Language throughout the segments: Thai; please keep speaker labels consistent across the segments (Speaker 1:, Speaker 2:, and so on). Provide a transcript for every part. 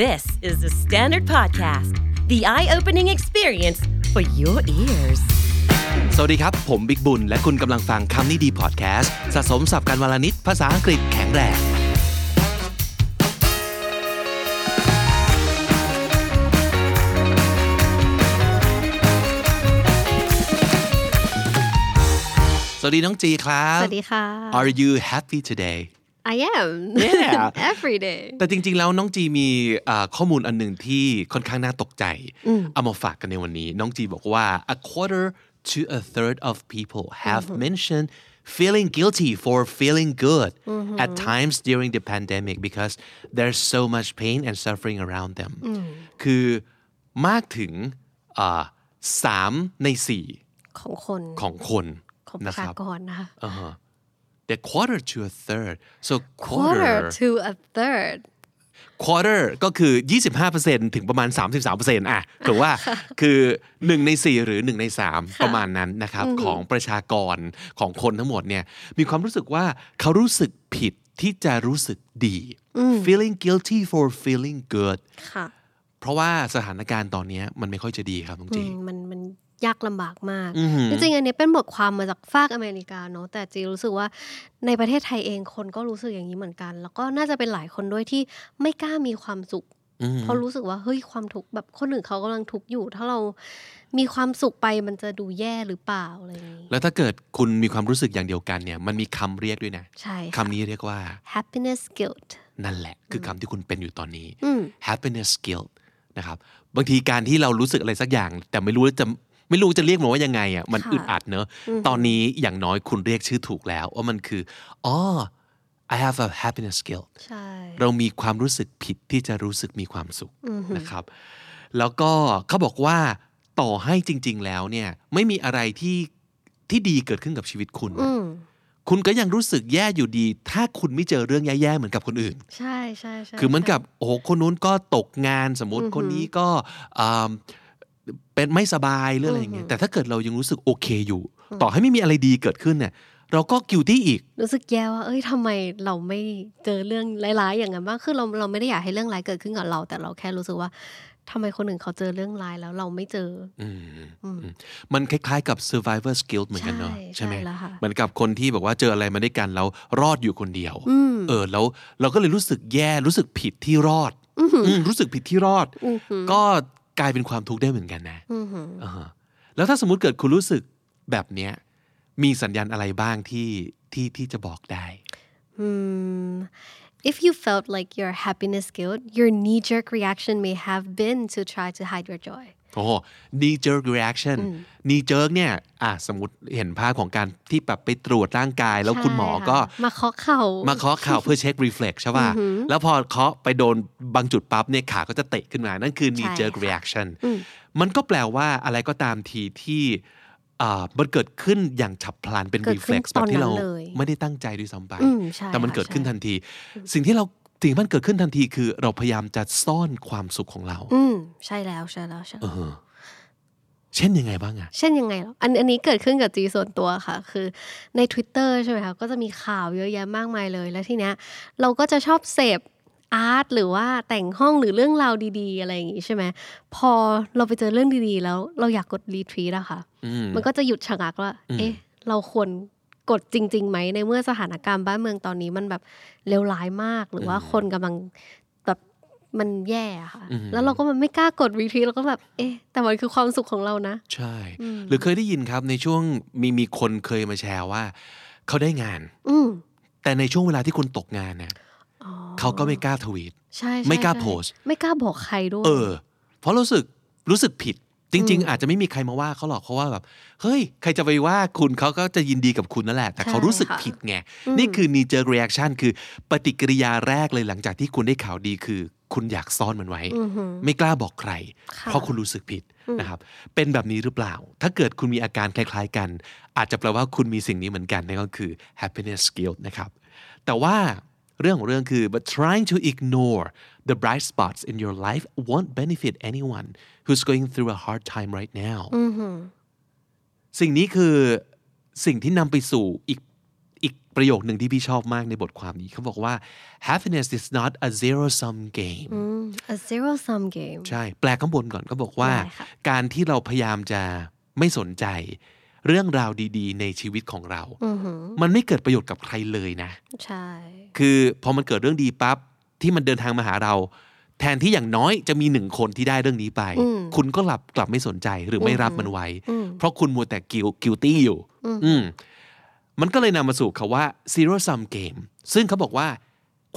Speaker 1: This is the Standard Podcast, the eye opening experience for your ears.
Speaker 2: สวัสดีครับ ผมบิ๊กบุญ และคุณกำลังฟังคำนี้ดีพอดแคสต์สะสมสับการวลนิดภาษาอังกฤษแข็งแรง สวัสดีน้องจีครับ
Speaker 3: สวัสดีค่ะ
Speaker 2: Are you happy today
Speaker 3: I am
Speaker 2: Yeah.
Speaker 3: every day
Speaker 2: แต่จริง ๆ แล้วน้องจีมีอ่าข้อมูลอันหนึ่งที่ค่อนข้างน่าตกใจ เอามาฝากกันในวันนี้ น้องจีบอกว่า a quarter to a third of people have mentioned feeling guilty for feeling good at times during the pandemic because there's so much pain and suffering around them คือมากถึงอ่าสามในสี่
Speaker 3: ของคน
Speaker 2: ของคน
Speaker 3: ของป
Speaker 2: นะ
Speaker 3: ระ
Speaker 2: ค
Speaker 3: ชา
Speaker 2: รับ
Speaker 3: กรนะคะ
Speaker 2: the quarter to a third so
Speaker 3: quarter to a third
Speaker 2: quarter ก็คือ 25%ถึงประมาณ 33%อ่ะถื อว่า คือ 1 ใน 4 หรือ 1 ใน 3 ประมาณนั้นนะครับ ของประชากรของคนทั้งหมดเนี่ย มีความรู้สึกว่าเขารู้สึกผิดที่จะรู้สึกดี feeling guilty for feeling good
Speaker 3: ค่ะ
Speaker 2: เพราะว่าสถานการณ์ตอนเนี้ยมันไม่ค่อยจะดีครับน้อง
Speaker 3: อื
Speaker 2: จี
Speaker 3: มมันมันยากลำบากมาก จริงๆ อันนี้เป็นบทความมาจากฝากอเมริกาเนาะแต่จีรู้สึกว่าในประเทศไทยเองคนก็รู้สึกอย่างนี้เหมือนกัน แล้วก็น่าจะเป็นหลายคนด้วยที่ไม่กล้ามีความสุข เพราะรู้สึกว่าเฮ้ยความทุกข์แบบคนอื่นเขากำลังทุกข์อยู่ ถ้าเรามีความสุขไปมันจะดูแย่หรือเปล่าอะไรอย่างนี้
Speaker 2: แล้วถ้าเกิดคุณมีความรู้สึกอย่างเดียวกันเนี่ย มันมีคำเรียกด้วยนะ
Speaker 3: ใช่ค่ะ
Speaker 2: คำนี้เรียกว่า
Speaker 3: happiness guilt
Speaker 2: นั่นแหละ คือคำที่คุณเป็นอยู่ตอนนี้
Speaker 3: อืม
Speaker 2: happiness guilt นะครับบางทีการที่เรารู้สึกอะไรสักอย่าง แต่ไม่รู้ว่าจะไม่รู้จะเรียกมันว่ายังไงอ่ะมัน
Speaker 3: ค่ะ
Speaker 2: อึดอัดเนอะตอนนี้อย่างน้อยคุณเรียกชื่อถูกแล้ว ว่ามันคืออ๋อ I have a happiness guilt
Speaker 3: ใช่
Speaker 2: เรามีความรู้สึกผิดที่จะรู้สึกมีความสุขนะครับ แล้วก็เขาบอกว่าต่อให้จริง ๆ แล้วเนี่ยไม่มีอะไรที่ที่ดีเกิดขึ้นกับชีวิตคุณ
Speaker 3: อืม
Speaker 2: คุณก็ยังรู้สึกแย่อยู่ดี ถ้าคุณไม่เจอเรื่องแย่ๆเหมือนกับคนอื่น
Speaker 3: ใช่ใช่ใช่
Speaker 2: คือเหมือน
Speaker 3: ใช่
Speaker 2: กับโอ้โหคนนู้นก็ตกงานสมมติคนนี้ก็อ่าเป็นไม่สบายหรืออะไรอย่างเงี้ยแต่ถ้าเกิดเรายังรู้สึกโอเคอยู่ ต่อให้ไม่มีอะไรดีเกิดขึ้นเนี่ยเราก็กิ i ตี้อีก
Speaker 3: รู้สึกแย่ว่า เอ้ยทำไมเราไม่เจอเรื่องร้ายๆอย่างนั้นบ้างคือเราเราไม่ได้อยากให้เรื่องร้ายเกิดขึ้นกับเรา แต่เราแค่รู้สึกว่าทำไมคนอื่นเขาเจอเรื่องร้ายแล้วเราไม่เจอ
Speaker 2: อืมมันคล้ายๆกับ survivor's guilt เหมือนกันเนอะ
Speaker 3: ใช่
Speaker 2: ใช่ไหม
Speaker 3: ใช่แล้วค่ะ
Speaker 2: เหมือนกับคนที่แบบว่าเจออะไรมาด้วยกันแล้วรอดอยู่คนเดียวเออแล้วเราก็เลยรู้สึกแย่รู้สึกผิดที่รอดอืมรู้สึกผิดที่รอด ก็กลายเป็นความทุกข์ได้เหมือนกันนะ
Speaker 3: อือหือ
Speaker 2: อ่าฮะแล้วถ้าสมมุติเกิดคุณรู้สึกแบบเนี้ยมีสัญญาณอะไรบ้างที่ที่ที่จะบอกได้
Speaker 3: อืม If you felt like your happiness guilt, your knee-jerk reaction may have been to try to hide your joy.
Speaker 2: โอ้ knee jerk reaction knee jerk เนี่ยอ่ะสมมติเห็นภาพของการที่แบบไปตรวจร่างกาย แล้วคุณหมอก็
Speaker 3: ใช่ค่ะมาเคาะเข่า
Speaker 2: มาเคาะเข่าเพื่อเช็ค reflex ใช่ป่ะ แล้วพอเคาะไปโดนบางจุดปั๊บเนี่ยขาก็จะเตะขึ้นมา นั่นคือ knee
Speaker 3: ใช่
Speaker 2: jerk
Speaker 3: ค่ะ
Speaker 2: reaction มันก็แปลว่าอะไรก็ตามทีที่อ่ามันเกิดขึ้นอย่างฉับพลันเป็น
Speaker 3: เกิดขึ้น
Speaker 2: reflex แบบที่เรา
Speaker 3: ตอนนั้นเลย
Speaker 2: ไม่ได้ตั้งใจด้วยซ้ำไป
Speaker 3: อืมใช่
Speaker 2: แต่มัน
Speaker 3: ค่ะ
Speaker 2: เกิดขึ้น
Speaker 3: ใช่
Speaker 2: ทันที สิ่งที่เราสิ่งที่มันเกิดขึ้นทันทีคือเราพยายามจะซ่อนความสุขของเรา
Speaker 3: อืมใช่แล้วใช่แล้วใช่แล้ว
Speaker 2: เออ เช่นยังไงบ้างอะ
Speaker 3: เช่นยังไงเหรออันอันนี้เกิดขึ้นกับจีส่วนตัวค่ะ คือใน Twitter ใช่ไหมคะ ก็จะมีข่าวเยอะแยะมากมายเลย แล้วทีเนี้ยเราก็จะชอบเสพอาร์ตหรือว่าแต่งห้องหรือเรื่องราวดีๆ อะไรอย่างงี้ใช่ไหม พอเราไปเจอเรื่องดีๆ แล้วเราอยากกดรีทวีตอะค่ะ
Speaker 2: อืม
Speaker 3: มันก็จะหยุดชะงักว่า เอ๊ะ เราควรกดจริงๆไหม ในเมื่อสถานการณ์บ้านเมืองตอนนี้มันแบบเลวร้ายมาก หรือว่าคนกำลังแบบมันแย่อะค่ะ
Speaker 2: อืม
Speaker 3: แล้วเราก็มันไม่กล้ากดรีทวีตเราก็แบบ เอ๊ะ แต่มันคือความสุขของเรานะ
Speaker 2: ใช่ หรือเคยได้ยินครับในช่วงมีมีคนเคยมาแชร์ว่า เขาได้งาน
Speaker 3: อืม
Speaker 2: แต่ในช่วงเวลาที่คุณตกงานเนี่ย
Speaker 3: อ๋อ
Speaker 2: เขาก็ไม่กล้าทวีต
Speaker 3: ใช่ใช่
Speaker 2: ไม่กล้า
Speaker 3: ใช่
Speaker 2: โพสต์
Speaker 3: ไม่กล้าบอกใครด้วย
Speaker 2: เออ เพราะรู้สึกรู้สึกผิด จริง ๆ อาจจะไม่มีใครมาว่าเขาหรอกเพราะว่าแบบ เฮ้ย ใครจะไปว่าคุณเขาก็จะยินดีกับคุณนั่นแหละ แต่เขารู้สึกผิดไง นี่คือ knee jerk reaction คือปฏิกิริยาแรกเลยหลังจากที่คุณได้ข่าวดีคือ คุณอยากซ่อนมันไว้
Speaker 3: อหือ
Speaker 2: ไม่กล้าบอกใคร
Speaker 3: ค่ะ
Speaker 2: เพราะคุณรู้สึกผิดนะครับ เป็นแบบนี้หรือเปล่า ถ้าเกิดคุณมีอาการคล้ายๆกัน อาจจะแปลว่าคุณมีสิ่งนี้เหมือนกันนั่นก็คือ happiness guilt นะครับ แต่ว่าเรื่องของเรื่องคือ but trying to ignore the bright spots in your life won't benefit anyone who's going through a hard time right now สิ่งนี้คือสิ่งที่นำไปสู่อีกอีกประโยคหนึ่งที่พี่ชอบมากในบทความนี้เขาบอกว่า happiness is not a zero sum game
Speaker 3: a zero sum game
Speaker 2: ใช่ แปลข้างบนก่อนก็บอกว่า
Speaker 3: ได้ค่ะ
Speaker 2: การที่เราพยายามจะไม่สนใจ เรื่องราวดีๆ ในชีวิตของเรา
Speaker 3: อือหือ
Speaker 2: มันไม่เกิดประโยชน์กับใครเลยนะ
Speaker 3: ใช่
Speaker 2: คือพอมันเกิดเรื่องดีปั๊บที่มันเดินทางมาหาเรา แทนที่อย่างน้อยจะมีหนึ่งคนที่ได้เรื่องนี้ไป คุณก็หลับกลับไม่สนใจหรือไม่รับมันไว้
Speaker 3: อืม
Speaker 2: เพราะคุณมัวแต่กิวกิวตี้อยู่
Speaker 3: อืม
Speaker 2: อืมมันก็เลยนำมาสู่คาว่า zero sum game ซึ่งเขาบอกว่า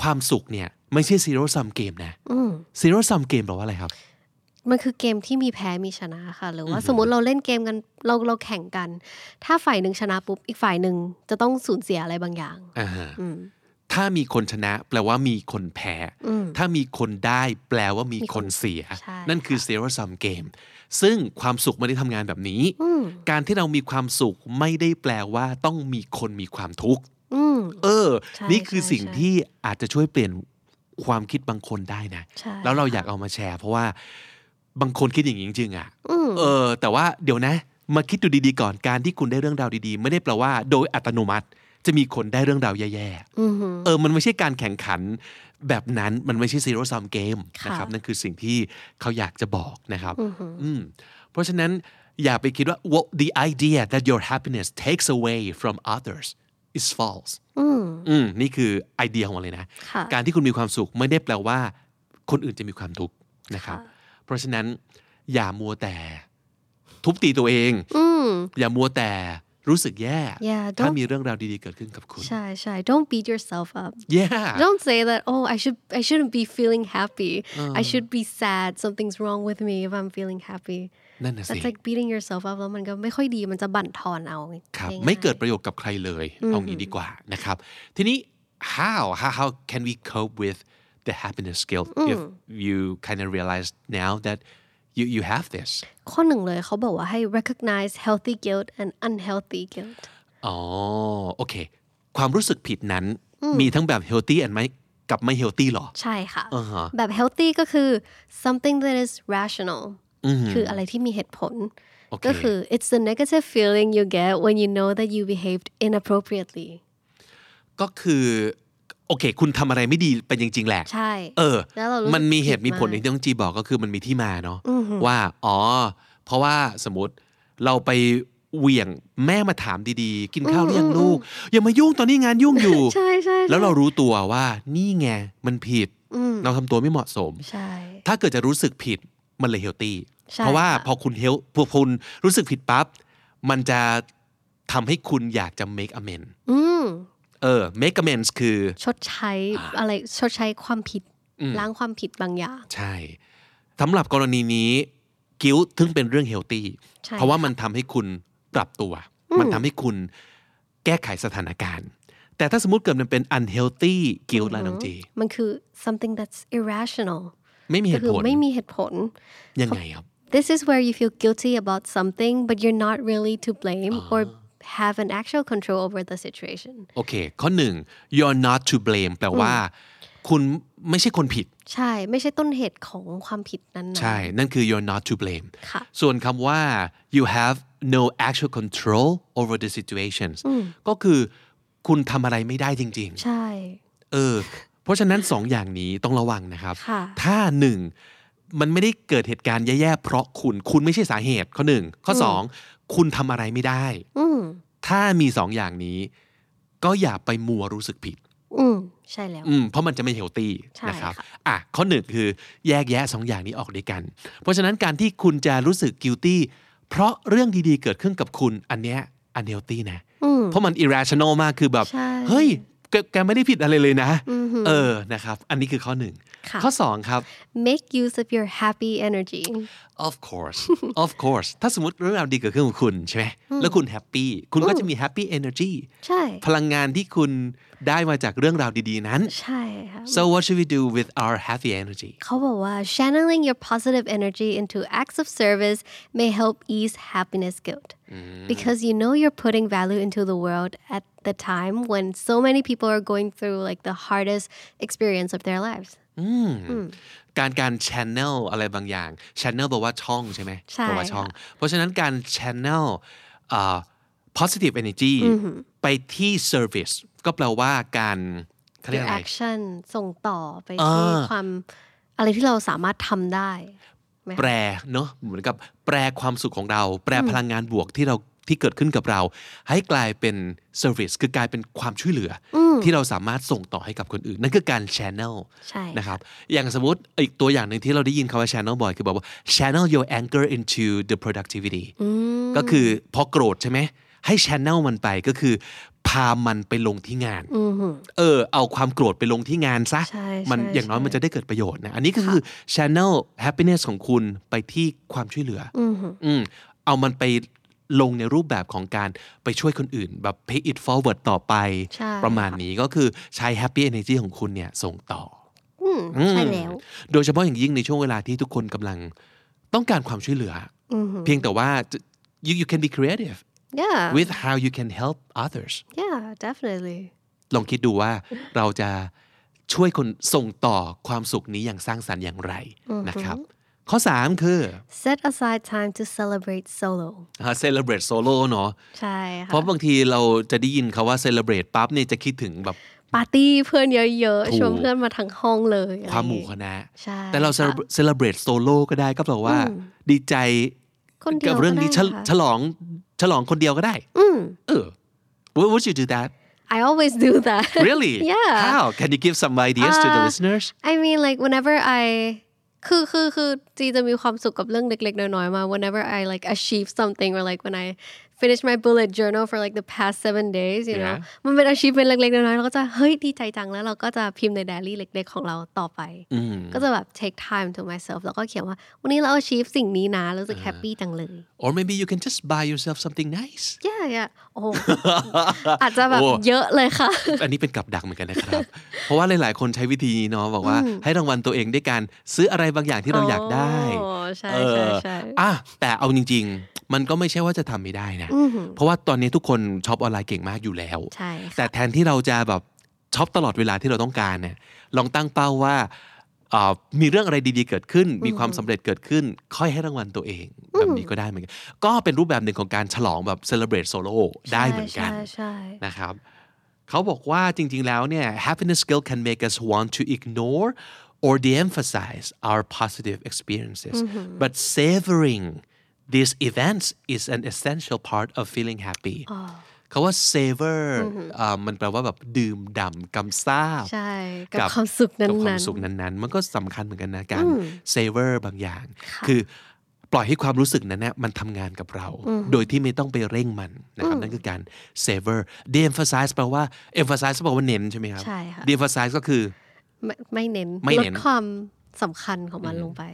Speaker 2: ความสุขเนี่ย ไม่ใช่ zero sum game นะ
Speaker 3: อืม
Speaker 2: zero sum game แปลว่าอะไรครับ
Speaker 3: มันคือเกมที่มีแพ้มีชนะค่ะ หรือว่าสมมติเราเล่นเกมกันเราเราแข่งกัน ถ้าฝ่ายหนึ่งชนะปุ๊บ อีกฝ่ายหนึ่งจะต้องสูญเสียอะไรบางอย่าง
Speaker 2: อ่าฮะ
Speaker 3: อืม
Speaker 2: ถ้ามีคนชนะแปลว่ามีคนแพ้
Speaker 3: อืม
Speaker 2: ถ้ามีคนได้แปลว่ามีคนเสีย
Speaker 3: ใช่
Speaker 2: นั่นคือ zero sum game ซึ่งความสุขไม่ได้ทำงานแบบนี้
Speaker 3: อืม
Speaker 2: การที่เรามีความสุขไม่ได้แปลว่าต้องมีคนมีความทุกข์
Speaker 3: อืม
Speaker 2: เออ
Speaker 3: ใช่
Speaker 2: นี่คือสิ่ง
Speaker 3: ใช่
Speaker 2: ที่อาจจะช่วยเปลี่ยนความคิดบางคนได้นะ
Speaker 3: ใช่
Speaker 2: แล้วเราอยากเอามาแชร์ เพราะว่าบางคนคิดอย่างนี้จริงๆอ่ะ
Speaker 3: อืม
Speaker 2: เออ แต่ว่าเดี๋ยวนะ มาคิดดูดีๆก่อน การที่คุณได้เรื่องราวดีๆ ไม่ได้แปลว่าโดยอัตโนมัติ จะมีคนได้เรื่องราวแย่
Speaker 3: อือหือ
Speaker 2: ๆ เออ มันไม่ใช่การแข่งขันแบบนั้น มันไม่ใช่ zero sum game
Speaker 3: ค่ะ
Speaker 2: นะครับ นั่นคือสิ่งที่เขาอยากจะบอกนะครับ
Speaker 3: อือหือ
Speaker 2: อืมเพราะฉะนั้นอย่าไปคิดว่า what the idea that your happiness takes away from others is false
Speaker 3: อืม
Speaker 2: อืมนี่คือไอเดียของมันเลยนะ
Speaker 3: ค่ะ
Speaker 2: การที่คุณมีความสุขไม่ได้แปลว่า คนอื่นจะมีความทุกข์นะครับ เพราะฉะนั้นอย่ามัวแต่ ทุบตีตัวเอง
Speaker 3: อืม
Speaker 2: อย่ามัวแต่รู้สึกแย่
Speaker 3: Yeah, don't-
Speaker 2: ถ้ามีเรื่องราวดีๆเกิดขึ้นกับคุณ
Speaker 3: ใช่ใช่ don't beat yourself up
Speaker 2: yeah
Speaker 3: Don't say that. Oh, I should. I shouldn't be feeling happy. I should be sad. Something's wrong with me if I'm feeling happy.
Speaker 2: นั่นน่ะสิ
Speaker 3: That's like beating yourself up. แล้วมันก็ไม่ค่อยดีมันจะบั่นทอนเอา
Speaker 2: ครับ
Speaker 3: ง่ายๆ
Speaker 2: ไม่เกิดประโยชน์กับใครเลย เอางี้ดีกว่านะครับ ทีนี้ how how how can we cope with the happiness guilt if you kind of realize now that you you have this
Speaker 3: ข้อหนึ่งเลยเขาบอกว่าให้ recognize healthy guilt and unhealthy guilt
Speaker 2: อ๋อ โอเค ความรู้สึกผิดนั้น มีทั้งแบบ healthy and ไม่กับไม่ healthy หรอ
Speaker 3: ใช่ค่ะ
Speaker 2: อ่าฮะ
Speaker 3: แบบ healthy ก็คือ something that is rational คืออะไรที่มีเหตุผล
Speaker 2: โอเค
Speaker 3: ก็คือ it's the negative feeling you get when you know that you behaved inappropriately
Speaker 2: ก็คือ โอเค คุณทำอะไรไม่ดีเป็นจริง ๆ แหละ
Speaker 3: ใช่
Speaker 2: เออ
Speaker 3: แล้วเรารู้สึก
Speaker 2: มันมีเหตุ
Speaker 3: ผิด
Speaker 2: มี
Speaker 3: มาก
Speaker 2: ผลอย่างที่ต้องจีบอกก็คือมันมีที่มาเนาะว่า อ๋อ เพราะว่าสมมติเราไปเหวี่ยงแม่มาถามดีๆ กินข้าวหรือยังลูก อย่ามายุ่งตอนนี้งานยุ่งอยู่
Speaker 3: ใช่ใช่
Speaker 2: แล้วเรารู้ตัวว่านี่ไงมันผิด เราทำตัวไม่เหมาะสม
Speaker 3: ใช่
Speaker 2: ถ้าเกิดจะรู้สึกผิดมันเลยเฮลตี้
Speaker 3: ใช่
Speaker 2: เพราะว่า
Speaker 3: ค่ะ
Speaker 2: พอคุณเฮลพอคุณรู้สึกผิดปั๊บมันจะทำให้คุณอยากจะ make amend
Speaker 3: อืม
Speaker 2: เออ make amends คือ
Speaker 3: ชดใช้อะไรชดใช้ความผิด ล้างความผิดบางอย่าง
Speaker 2: ใช่สำหรับกรณีนี้กิ้วถึงเป็นเรื่องเฮลตี้
Speaker 3: ใช่
Speaker 2: เพราะว่ามันทำให้คุณปรับตัว มันทำให้คุณแก้ไขสถานการณ์ แต่ถ้าสมมติเกิดมันเป็น unhealthy กิ้วล่ะน้องจี
Speaker 3: มันคือ something that's irrational
Speaker 2: ไม่มีเห
Speaker 3: ก็
Speaker 2: ตุ
Speaker 3: คือ
Speaker 2: ผล
Speaker 3: ไม่มีเหตุผล
Speaker 2: ยังไงครับ
Speaker 3: This is where you feel guilty about something, but you're not really to blame or
Speaker 2: Ah.
Speaker 3: have an actual control over the situation.
Speaker 2: โอเค ข้อหนึ่ง you're not to blame แปลว่า คุณไม่ใช่คนผิด
Speaker 3: ใช่ไม่ใช่ต้นเหตุของความผิดนั้นๆ
Speaker 2: ใช่ นั่นคือ you're not to blame
Speaker 3: ค่ะ
Speaker 2: ส่วนคำว่า you have no actual control over the situations ก็คือคุณทำอะไรไม่ได้จริง ๆ
Speaker 3: ใช่
Speaker 2: เออ เพราะฉะนั้นสองอย่างนี้ต้องระวังนะครับ
Speaker 3: ค่ะ
Speaker 2: ถ้าหนึ่งมันไม่ได้เกิดเหตุการณ์แย่ๆ เพราะคุณ คุณไม่ใช่สาเหตุ ข้อหนึ่ง ข้อสองคุณทำอะไรไม่ได้
Speaker 3: อืม
Speaker 2: ถ้ามีสองอย่างนี้ ก็อย่าไปมัวรู้สึกผิด
Speaker 3: อืมใช่แล้ว
Speaker 2: อืมเพราะมันจะไม่เฮลตี้
Speaker 3: ใช่
Speaker 2: นะครับ
Speaker 3: ค่ะ
Speaker 2: อ่ะ ข้อหนึ่งคือแยกแยะสองอย่างนี้ออกด้วยกัน เพราะฉะนั้นการที่คุณจะรู้สึกกิลตี้เพราะเรื่องดีๆ เกิดขึ้นกับคุณ อันเนี้ยอันเฮลตี้นะ
Speaker 3: อืม
Speaker 2: เพราะมัน irrational มากคือแบบ
Speaker 3: ใช่
Speaker 2: เฮ้ยแกแกไม่ได้ผิดอะไรเลยนะ
Speaker 3: อือหือ
Speaker 2: เออนะครับ อันนี้คือข้อหนึ่ง
Speaker 3: ค่ะ
Speaker 2: ข้อสองครับ
Speaker 3: make use of your happy energy
Speaker 2: of course of course ถ้าสมมติเรื่องราวดีเกิดขึ้นกับคุณใช่ไหมแล้วคุณแฮปปี้คุณก็จะมี happy energy
Speaker 3: ใช่
Speaker 2: พลังงานที่คุณได้มาจากเรื่องราวดีๆนั้น
Speaker 3: ใช่ค่ะ
Speaker 2: so what should we do with our happy energy
Speaker 3: เขาบอกว่า channeling your positive energy into acts of service may help ease happiness guilt because you know you're putting value into the world at the time when so many people are going through like the hardest experience of their lives
Speaker 2: การการ channel อะไรบางอย่าง channel แปลว่าช่องใช่ไหม
Speaker 3: ใช่
Speaker 2: แปลว่าช่อง เพราะฉะนั้นการ channel อ่า positive energy ไปที่ service ก็แปลว่าการเขาเรียก
Speaker 3: your
Speaker 2: อะไร
Speaker 3: action ส่งต่อไปที่
Speaker 2: อ่า
Speaker 3: ความ อะไรที่เราสามารถทำได้ไหม
Speaker 2: แปรเนาะเหมือนกับแปรความสุขของเรา แปรพลังงานบวกที่เราที่เกิดขึ้นกับเรา ให้กลายเป็น service คือกลายเป็นความช่วยเหลืออที่เราสามารถส่งต่อให้กับคนอื่น นั่นคือการ channel
Speaker 3: ใช่
Speaker 2: นะครับอย่างสมมติอีกตัวอย่างหนึ่งที่เราได้ยินคำว่า channel บ่อยคือบอกว่า channel your anger into the productivity ก็คือพอโกรธใช่ไหมให้ channel มันไปก็คือ พามันไปลงที่งาน
Speaker 3: อือหือ
Speaker 2: เออเอาความโกรธไปลงที่งานซะ
Speaker 3: ใช่
Speaker 2: มัน
Speaker 3: ใช่
Speaker 2: อย่างน้อย
Speaker 3: ใช่
Speaker 2: มันจะได้เกิดประโยชน์นะอันนี้ก็คือ channel happiness ของคุณไปที่ความช่วยเหลืออ
Speaker 3: อือหือ
Speaker 2: อืมเอามันไปลงในรูปแบบของการไปช่วยคนอื่น แบบ pay it forward ต่อไป
Speaker 3: ใช่
Speaker 2: ประมาณนี้ก็คือใช้ happy energy ของคุณเนี่ยส่งต่อ
Speaker 3: อืมใช่แล้ว
Speaker 2: โดยเฉพาะอย่างยิ่งในช่วงเวลาที่ทุกคนกำลังต้องการความช่วยเหลืออ
Speaker 3: อหือ
Speaker 2: เพียงแต่ว่า you you can be creative
Speaker 3: Mm-hmm. yeah
Speaker 2: with how you can help others
Speaker 3: yeah definitely
Speaker 2: ลองคิดดูว่าเราจะช่วยคนส่งต่อความสุขนี้อย่างสร้างสรรค์อย่างไรนะครับ ข้อ 3 คือ
Speaker 3: set aside time to celebrate solo
Speaker 2: อ่า celebrate solo เนาะ
Speaker 3: ใช่
Speaker 2: เพ
Speaker 3: ค่ะ
Speaker 2: ราะบางทีเราจะได้ยินคาว่า celebrate ปั๊บเนี่ยจะคิดถึงแบบ
Speaker 3: ปาร์ตี้เพื่อนเยอะ
Speaker 2: ถู
Speaker 3: ๆ
Speaker 2: ก
Speaker 3: ชวนเพื่อนมาทั้งห้องเลยอะไร
Speaker 2: ความหมู่คณะ
Speaker 3: ใช่
Speaker 2: แต่เรา
Speaker 3: ค่ะ
Speaker 2: celebrate- celebrate solo ก็ได้ก็แปลว่า ดีใจ
Speaker 3: คนเดียว
Speaker 2: กับเรื่องนี้
Speaker 3: ก็
Speaker 2: ฉ
Speaker 3: ได้
Speaker 2: ล
Speaker 3: ค่ะ
Speaker 2: ฉลองฉลองคนเดียวก็ได้
Speaker 3: อืม
Speaker 2: เออ Would would you do that
Speaker 3: I always do that
Speaker 2: really
Speaker 3: Yeah.
Speaker 2: how can you give some ideas to the listeners
Speaker 3: I mean like whenever I คือคือคือจีจะมีความสุขกับเรื่องเล็กๆ น้อยๆมา whenever I like achieve something or like when I finish my bullet journal for like the past seven days you know
Speaker 2: Yeah.
Speaker 3: มันเป็น achievement เล็กๆ น้อยๆเราก็จะ เฮ้ย ดีใจจังแล้วเราก็จะพิมพ์ใน diary เล็ก ๆ ของเราต่อไป
Speaker 2: อืม
Speaker 3: ก็จะแบบ take time to myself แล้วก็เขียนว่า วันนี้เรา achieve สิ่งนี้นะรู้สึก happy จังเลย
Speaker 2: or maybe you can just buy yourself something nice
Speaker 3: yeah yeah โอ้ อาจจะแบบเยอะเลยค่ะ
Speaker 2: อันนี้เป็นกับดักเหมือนกันนะครับ เพราะว่าหลาย ๆ คนใช้วิธีนี้เนาะบอกว่าให้รางวัลตัวเองด้วยการซื้ออะไรบางอย่างที่เราอยากได้
Speaker 3: อ๋อใช่
Speaker 2: เอ
Speaker 3: ใช่
Speaker 2: อ
Speaker 3: ใช่
Speaker 2: อ่ะแต่เอาจริง ๆ มันก็ไม่ใช่ว่าจะทำไม่ได้นะ เพราะว่าตอนนี้ทุกคนช็อปออนไลน์เก่งมากอยู่แล้ว
Speaker 3: ใช่ค่ะ
Speaker 2: แต่แทนที่เราจะแบบช็อปตลอดเวลาที่เราต้องการเนี่ยลองตั้งเป้าว่าเอ่อมีเรื่องอะไรดีๆเกิดขึ้น มีความสำเร็จเกิดขึ้น ค่อยให้รางวัลตัวเอง แบบนี้ก็ได้เหมือนกันก็เป็นรูปแบบหนึ่งของการฉลองแบบ celebrate solo ได้เหมือนกัน
Speaker 3: ใช่ใช่ใช่
Speaker 2: นะครับเขาบอกว่าจริงๆแล้วเนี่ย happiness skill can make us want to ignore or de-emphasize our positive experiences
Speaker 3: Mm-hmm.
Speaker 2: but savoring these events is an essential part of feeling happy
Speaker 3: Ah.
Speaker 2: เขาว่า savor อ่ามันแปลว่าแบบดื่มด่ำกำซาบ
Speaker 3: Mm-hmm. ใช่ กับความสุขนั้น
Speaker 2: กับ
Speaker 3: ๆ
Speaker 2: ความสุขนั้นๆ มันก็สำคัญเหมือนกันนะการเซเวอร์บางอย่าง คือปล่อยให้ความรู้สึกนั้นนะมันทำงานกับเรา โดยที่ไม่ต้องไปเร่งมันนะครับนั่นคือการเซเวอร์ de-emphasize แปลว่า emphasize แปลว่าเน้นใช่ไหมครับ
Speaker 3: ใช่ค่ะ
Speaker 2: de-emphasize ก็คือ
Speaker 3: ไม่ไม่เน้น
Speaker 2: ไม่
Speaker 3: ล
Speaker 2: เน้
Speaker 3: ด
Speaker 2: น
Speaker 3: ความสำคัญของมันลงไป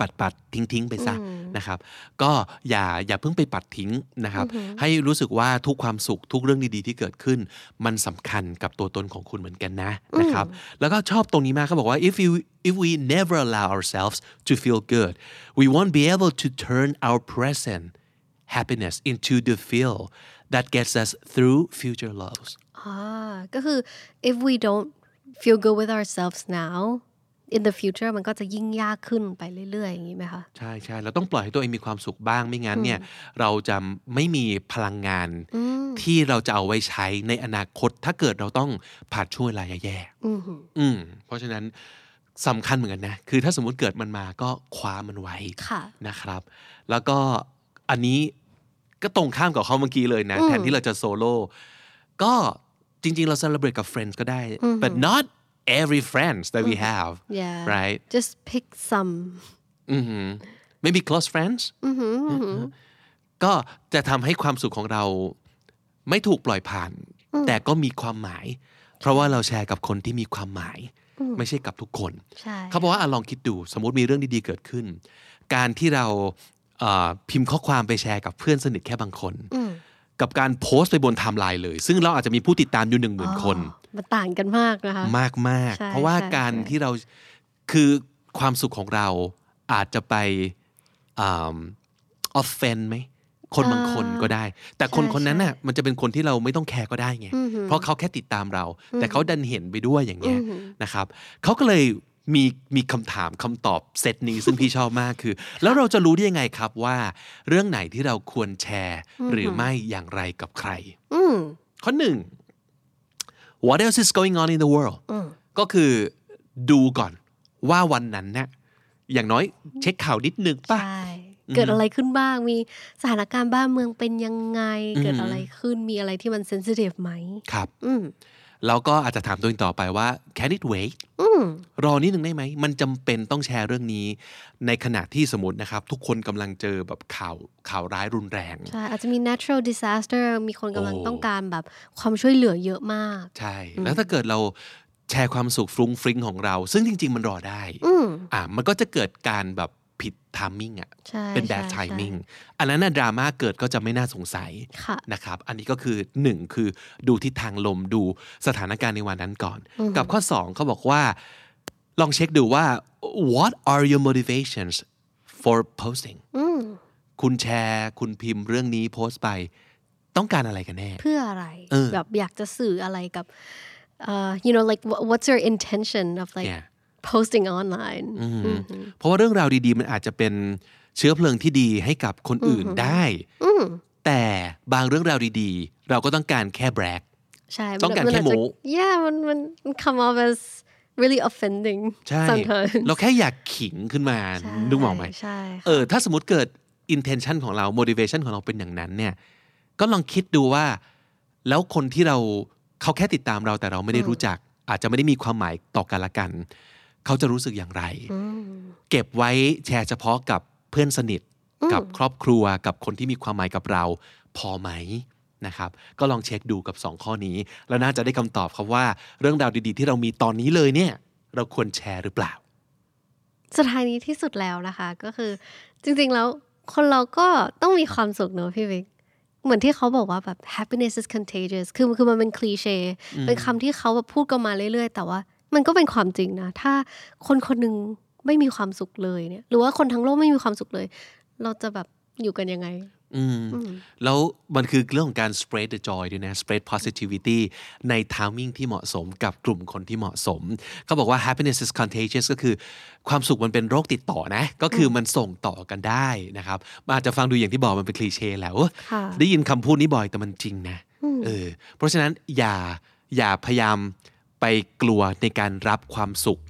Speaker 2: ปัดปัดทิ้งทิ้งไปซะนะครับ ก็อย่าอย่าเพิ่งไปปัดทิ้งนะครับ ให้รู้สึกว่าทุกความสุขทุกเรื่องดีๆที่เกิดขึ้น มันสำคัญกับตัวตนของคุณเหมือนกันนะนะครับ แล้วก็ชอบตรงนี้มากเขาบอกว่า if you if we never allow ourselves to feel good we won't be able to turn our present happiness into the feel that gets us through future loves
Speaker 3: อ่า ก็คือ if we don't feel good with ourselves now in the future มันก็จะยิ่งยากขึ้นไปเรื่อย ๆ อย่างนี้ไหมคะ
Speaker 2: ใช่ใช่เราต้องปล่อยให้ตัวเองมีความสุขบ้างไม่งั้นเนี่ยเราจะไม่มีพลังงานที่เราจะเอาไว้ใช้ในอนาคต ถ้าเกิดเราต้องผ่านช่วงเวลาแย่ๆอืมเพราะฉะนั้นสำคัญเหมือนกันนะ คือถ้าสมมติเกิดมันมาก็คว้ามันไว้
Speaker 3: ค่ะ
Speaker 2: นะครับ แล้วก็อันนี้ก็ตรงข้ามกับเขาเมื่อกี้เลยนะ แทนที่เราจะโซโล่ก็จริง ๆ เรา celebrate กับ friends ก็ได้ but not every friends that we have
Speaker 3: yeah
Speaker 2: right
Speaker 3: just pick some
Speaker 2: อือหือ maybe close friends ก็จะทำให้ความสุขของเราไม่ถูกปล่อยผ่าน แต่ก็มีความหมาย เพราะว่าเราแชร์กับคนที่มีความหมาย ไม่ใช่กับทุกคน
Speaker 3: ใช่
Speaker 2: เขาบอกว่าอ่ะลองคิดดูสมมติมีเรื่องดีๆเกิดขึ้น การที่เราเอ่อพิมพ์ข้อความไปแชร์กับเพื่อนสนิทแค่บางคน กับการโพสต์ไปบนไทม์ไลน์เลย ซึ่งเราอาจจะมีผู้ติดตามอยู่หนึ่งหมื่นคน
Speaker 3: มันต่างกันมากนะคะ
Speaker 2: มากมากๆ
Speaker 3: ใช่
Speaker 2: เพราะว่า
Speaker 3: ใช่
Speaker 2: การ
Speaker 3: ใช่
Speaker 2: ที่เราคือความสุขของเราอาจจะไปออฟเฟนไหมคนบางคนก็ได้ แต่คนคนนั้นน่ะมันจะเป็นคนที่เราไม่ต้องแคร์ก็ได้ไงเพราะเขาแค่ติดตามเรา แต่เขาดันเห็นไปด้วยอย่างเงี้ยนะครับเขาก็เลยมีมีคำถามคำตอบเซตนี้ ซึ่งพี่ชอบมากคือ แล้วเราจะรู้ได้ยังไงครับว่า เรื่องไหนที่เราควรแชร์หรือไม่อย่างไรกับใคร
Speaker 3: อืม
Speaker 2: ข้อหนึ่ง what else is going on in the world ก็คือดูก่อน ว่าวันนั้นเนี่ยอย่างน้อยเช็คข่าวนิดนึงป่ะ
Speaker 3: ใช่เกิดอะไรขึ้นบ้าง มีสถานการณ์บ้านเมืองเป็นยังไง
Speaker 2: อืม
Speaker 3: เกิดอะไรขึ้นมีอะไรที่มันเซนซิทีฟไหม
Speaker 2: ครับ
Speaker 3: อืม
Speaker 2: แล้วก็อาจจะถามตัวเองต่อไปว่า can it wait
Speaker 3: อืม
Speaker 2: รอนิดนึงได้ไหม มันจำเป็นต้องแชร์เรื่องนี้ ในขณะที่สมมตินะครับ ทุกคนกำลังเจอแบบข่าวข่าวร้ายรุนแรง
Speaker 3: ใช่ อาจจะมี natural disaster มีคนกำลัง
Speaker 2: โอ้
Speaker 3: ต้องการแบบความช่วยเหลือเยอะมาก
Speaker 2: ใช่ แล้วถ้าเกิดเราแชร์ความสุขฟรุ้งฟริ้งของเรา ซึ่งจริง ๆ มันรอได้
Speaker 3: อืม
Speaker 2: อ่ามันก็จะเกิดการแบบผิดทามมิ่งอ่ะ
Speaker 3: ใช่
Speaker 2: เป็น bad
Speaker 3: ใช่
Speaker 2: timing อันนั้นนะดราม่าเกิดก็จะไม่น่าสงสัย
Speaker 3: ใช่ค่ะ
Speaker 2: นะครับ อันนี้ก็คือ 1 คือดูทิศทางลมดูสถานการณ์ในวันนั้นก่อน
Speaker 3: อืม
Speaker 2: กับข้อ 2 เขาบอกว่า ลองเช็คดูว่า what are your motivations for posting
Speaker 3: อืม
Speaker 2: คุณแชร์คุณพิมพ์เรื่องนี้โพสต์ไป ต้องการอะไรกันแน่
Speaker 3: เพื่ออะไร
Speaker 2: เออ
Speaker 3: แบบอยากจะสื่ออะไรกับเอ่อ you know like what- what's your intention of like
Speaker 2: เนี่ย
Speaker 3: posting online อืม
Speaker 2: เพราะว่าเรื่องราวดีๆ มันอาจจะเป็นเชื้อเพลิงที่ดีให้กับคนอื่นได้
Speaker 3: อืม
Speaker 2: แต่บางเรื่องราวดีๆ เราก็ต้องการแค่แบรก
Speaker 3: ใช่
Speaker 2: ต้องการแค่
Speaker 3: จ
Speaker 2: หมู
Speaker 3: จะ yeah มันมันมัน come off as really offending
Speaker 2: ใช่
Speaker 3: sometimes
Speaker 2: เราแค่อยากขิงขึ้นมา
Speaker 3: ใช่
Speaker 2: นึกมองไหม
Speaker 3: ใช่
Speaker 2: เออถ้าสมมติเกิด intention ของเรา motivation ของเราเป็นอย่างนั้นเนี่ยก็ลองคิดดูว่า แล้วคนที่เราเขาแค่ติดตามเราแต่เราไม่ได้รู้จัก อาจจะไม่ได้มีความหมายต่อกันละกัน เขาจะรู้สึกอย่างไร
Speaker 3: อืม
Speaker 2: เก็บไว้แชร์เฉพาะกับเพื่อนสนิท กับครอบครัวกับคนที่มีความหมายกับเรา พอไหมนะครับ ก็ลองเช็คดูกับ 2 ข้อนี้ แล้วน่าจะได้คำตอบครับว่าเรื่องราวดีๆ ที่เรามีตอนนี้เลยเนี่ย เราควรแชร์หรือเปล่า
Speaker 3: สุดท้ายนี้ที่สุดแล้วนะคะ ก็คือจริงๆแล้วคนเราก็ต้องมีความสุขเนอะพี่วิกเหมือนที่เขาบอกว่าแบบ happiness is contagious คือคือมันเป็นคลีเช่เป็นคำที่เขาแบบพูดกันมาเรื่อยๆ แต่ว่ามันก็เป็นความจริงนะ ถ้าคนคนหนึ่งไม่มีความสุขเลยเนี่ยหรือว่าคนทั้งโลกไม่มีความสุขเลย เราจะแบบอยู่กันยังไง
Speaker 2: อืม แล้วมันคือเรื่องของการ spread the joy ด้วยนะ spread positivity ใน timing ที่เหมาะสมกับกลุ่มคนที่เหมาะสม เขาบอกว่า happiness is contagious ก็คือความสุขมันเป็นโรคติดต่อนะ ก็คือมันส่งต่อกันได้นะครับมันอาจจะฟังดูอย่างที่บอกมันเป็นคลีเช่แล้ว
Speaker 3: ค่ะ
Speaker 2: ได้ยินคำพูดนี้บ่อยแต่มันจริงนะเออเพราะฉะนั้นอย่าอย่าพยายามไปกลัวในการรับความสุข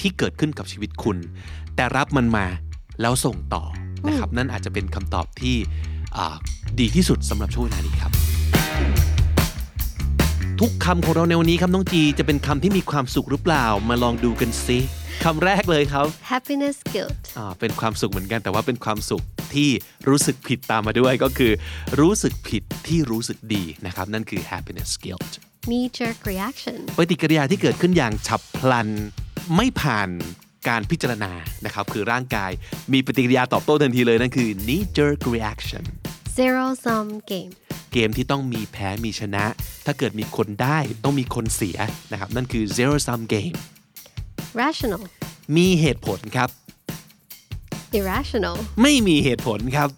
Speaker 2: ที่เกิดขึ้นกับชีวิตคุณ แต่รับมันมาแล้วส่งต่อนะครับ นั่นอาจจะเป็นคำตอบที่อ่าดีที่สุดสำหรับช่วงเวลานี้ครับ ทุกคำของเราในวันนี้ครับน้องจีจะเป็นคำที่มีความสุขหรือเปล่า มาลองดูกันซิคำแรกเลยครับ
Speaker 3: happiness guilt
Speaker 2: อ่าเป็นความสุขเหมือนกันแต่ว่าเป็นความสุขที่รู้สึกผิดตามมาด้วยก็คือ รู้สึกผิดที่รู้สึกดีนะครับ นั่นคือ happiness guilt
Speaker 3: knee jerk reaction
Speaker 2: ปฏิกิริยาที่เกิดขึ้นอย่างฉับพลันไม่ผ่านการพิจารณานะครับ คือร่างกายมีปฏิกิริยาตอบโต้ทันทีเลย นั่นคือ knee jerk reaction
Speaker 3: zero sum game
Speaker 2: เกมที่ต้องมีแพ้มีชนะ ถ้าเกิดมีคนได้ต้องมีคนเสียนะครับ นั่นคือ zero sum game
Speaker 3: rational
Speaker 2: มีเหตุผลครับ
Speaker 3: irrational
Speaker 2: ไม่มีเหตุผลครับ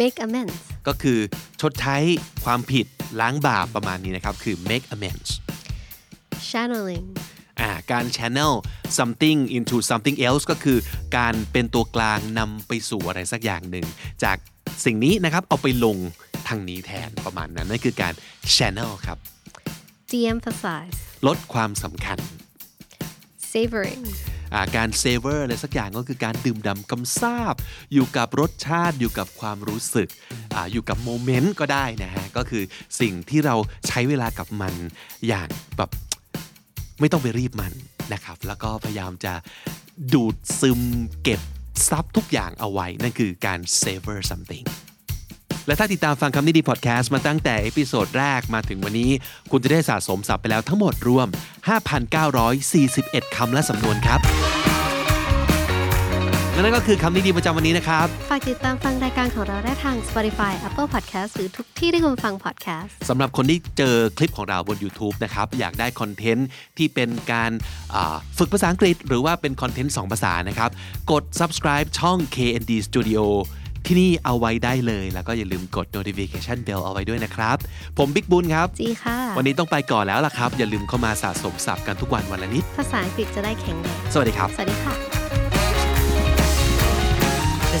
Speaker 3: make amends
Speaker 2: ก็คือชดใช้ความผิดล้างบาปประมาณนี้นะครับ คือ make amends
Speaker 3: channeling
Speaker 2: อ่าการ channel something into something else ก็คือการเป็นตัวกลางนำไปสู่อะไรสักอย่างหนึ่ง จากสิ่งนี้นะครับ เอาไปลงทางนี้แทนประมาณนั้น นั่นคือการ channel ครับ
Speaker 3: de-emphasize
Speaker 2: ลดความสำคัญ
Speaker 3: savoring
Speaker 2: อ่าการ savor อะไรสักอย่างก็คือการดื่มด่ำกำซาบ อยู่กับรสชาติอยู่กับความรู้สึกอาอยู่กับโมเมนต์ก็ได้นะฮะ ก็คือสิ่งที่เราใช้เวลากับมันอย่างแบบ ไม่ต้องไปรีบมันนะครับ แล้วก็พยายามจะดูดซึมเก็บซับทุกอย่างเอาไว้ นั่นคือการ savor something และถ้าติดตามฟังคำนี้ดีพอดแคสต์มาตั้งแต่เอพิโซดแรกมาถึงวันนี้ คุณจะได้สะสมศัพท์ไปแล้วทั้งหมดรวม 5,941 คำและสำนวนครับ และนั่นก็คือคำนี้ดีประจำวันนี้นะครับ
Speaker 3: ฝากติดตามฟังรายการของเราได้ทาง Spotify Apple Podcast หรือทุกที่ที่คุณฟัง podcast
Speaker 2: สำหรับคนที่เจอคลิปของเราบน YouTube นะครับ อยากได้คอนเทนต์ที่เป็นการอ่าฝึกภาษาอังกฤษ หรือว่าเป็นคอนเทนต์ 2 ภาษานะครับ กด subscribe ช่อง KND Studio ที่นี่เอาไว้ได้เลย แล้วก็อย่าลืมกด notification bell เอาไว้ด้วยนะครับ ผมบิ๊กบุญครับ
Speaker 3: จีค่ะ
Speaker 2: วันนี้ต้องไปก่อนแล้วล่ะครับ อย่าลืมเข้ามาสะสมศัพท์กันทุกวันวันละนิด
Speaker 3: ภาษาอังกฤษจะได้แข็งแรง
Speaker 2: สวัสดีครับ
Speaker 3: สวัสดีค่ะ
Speaker 1: The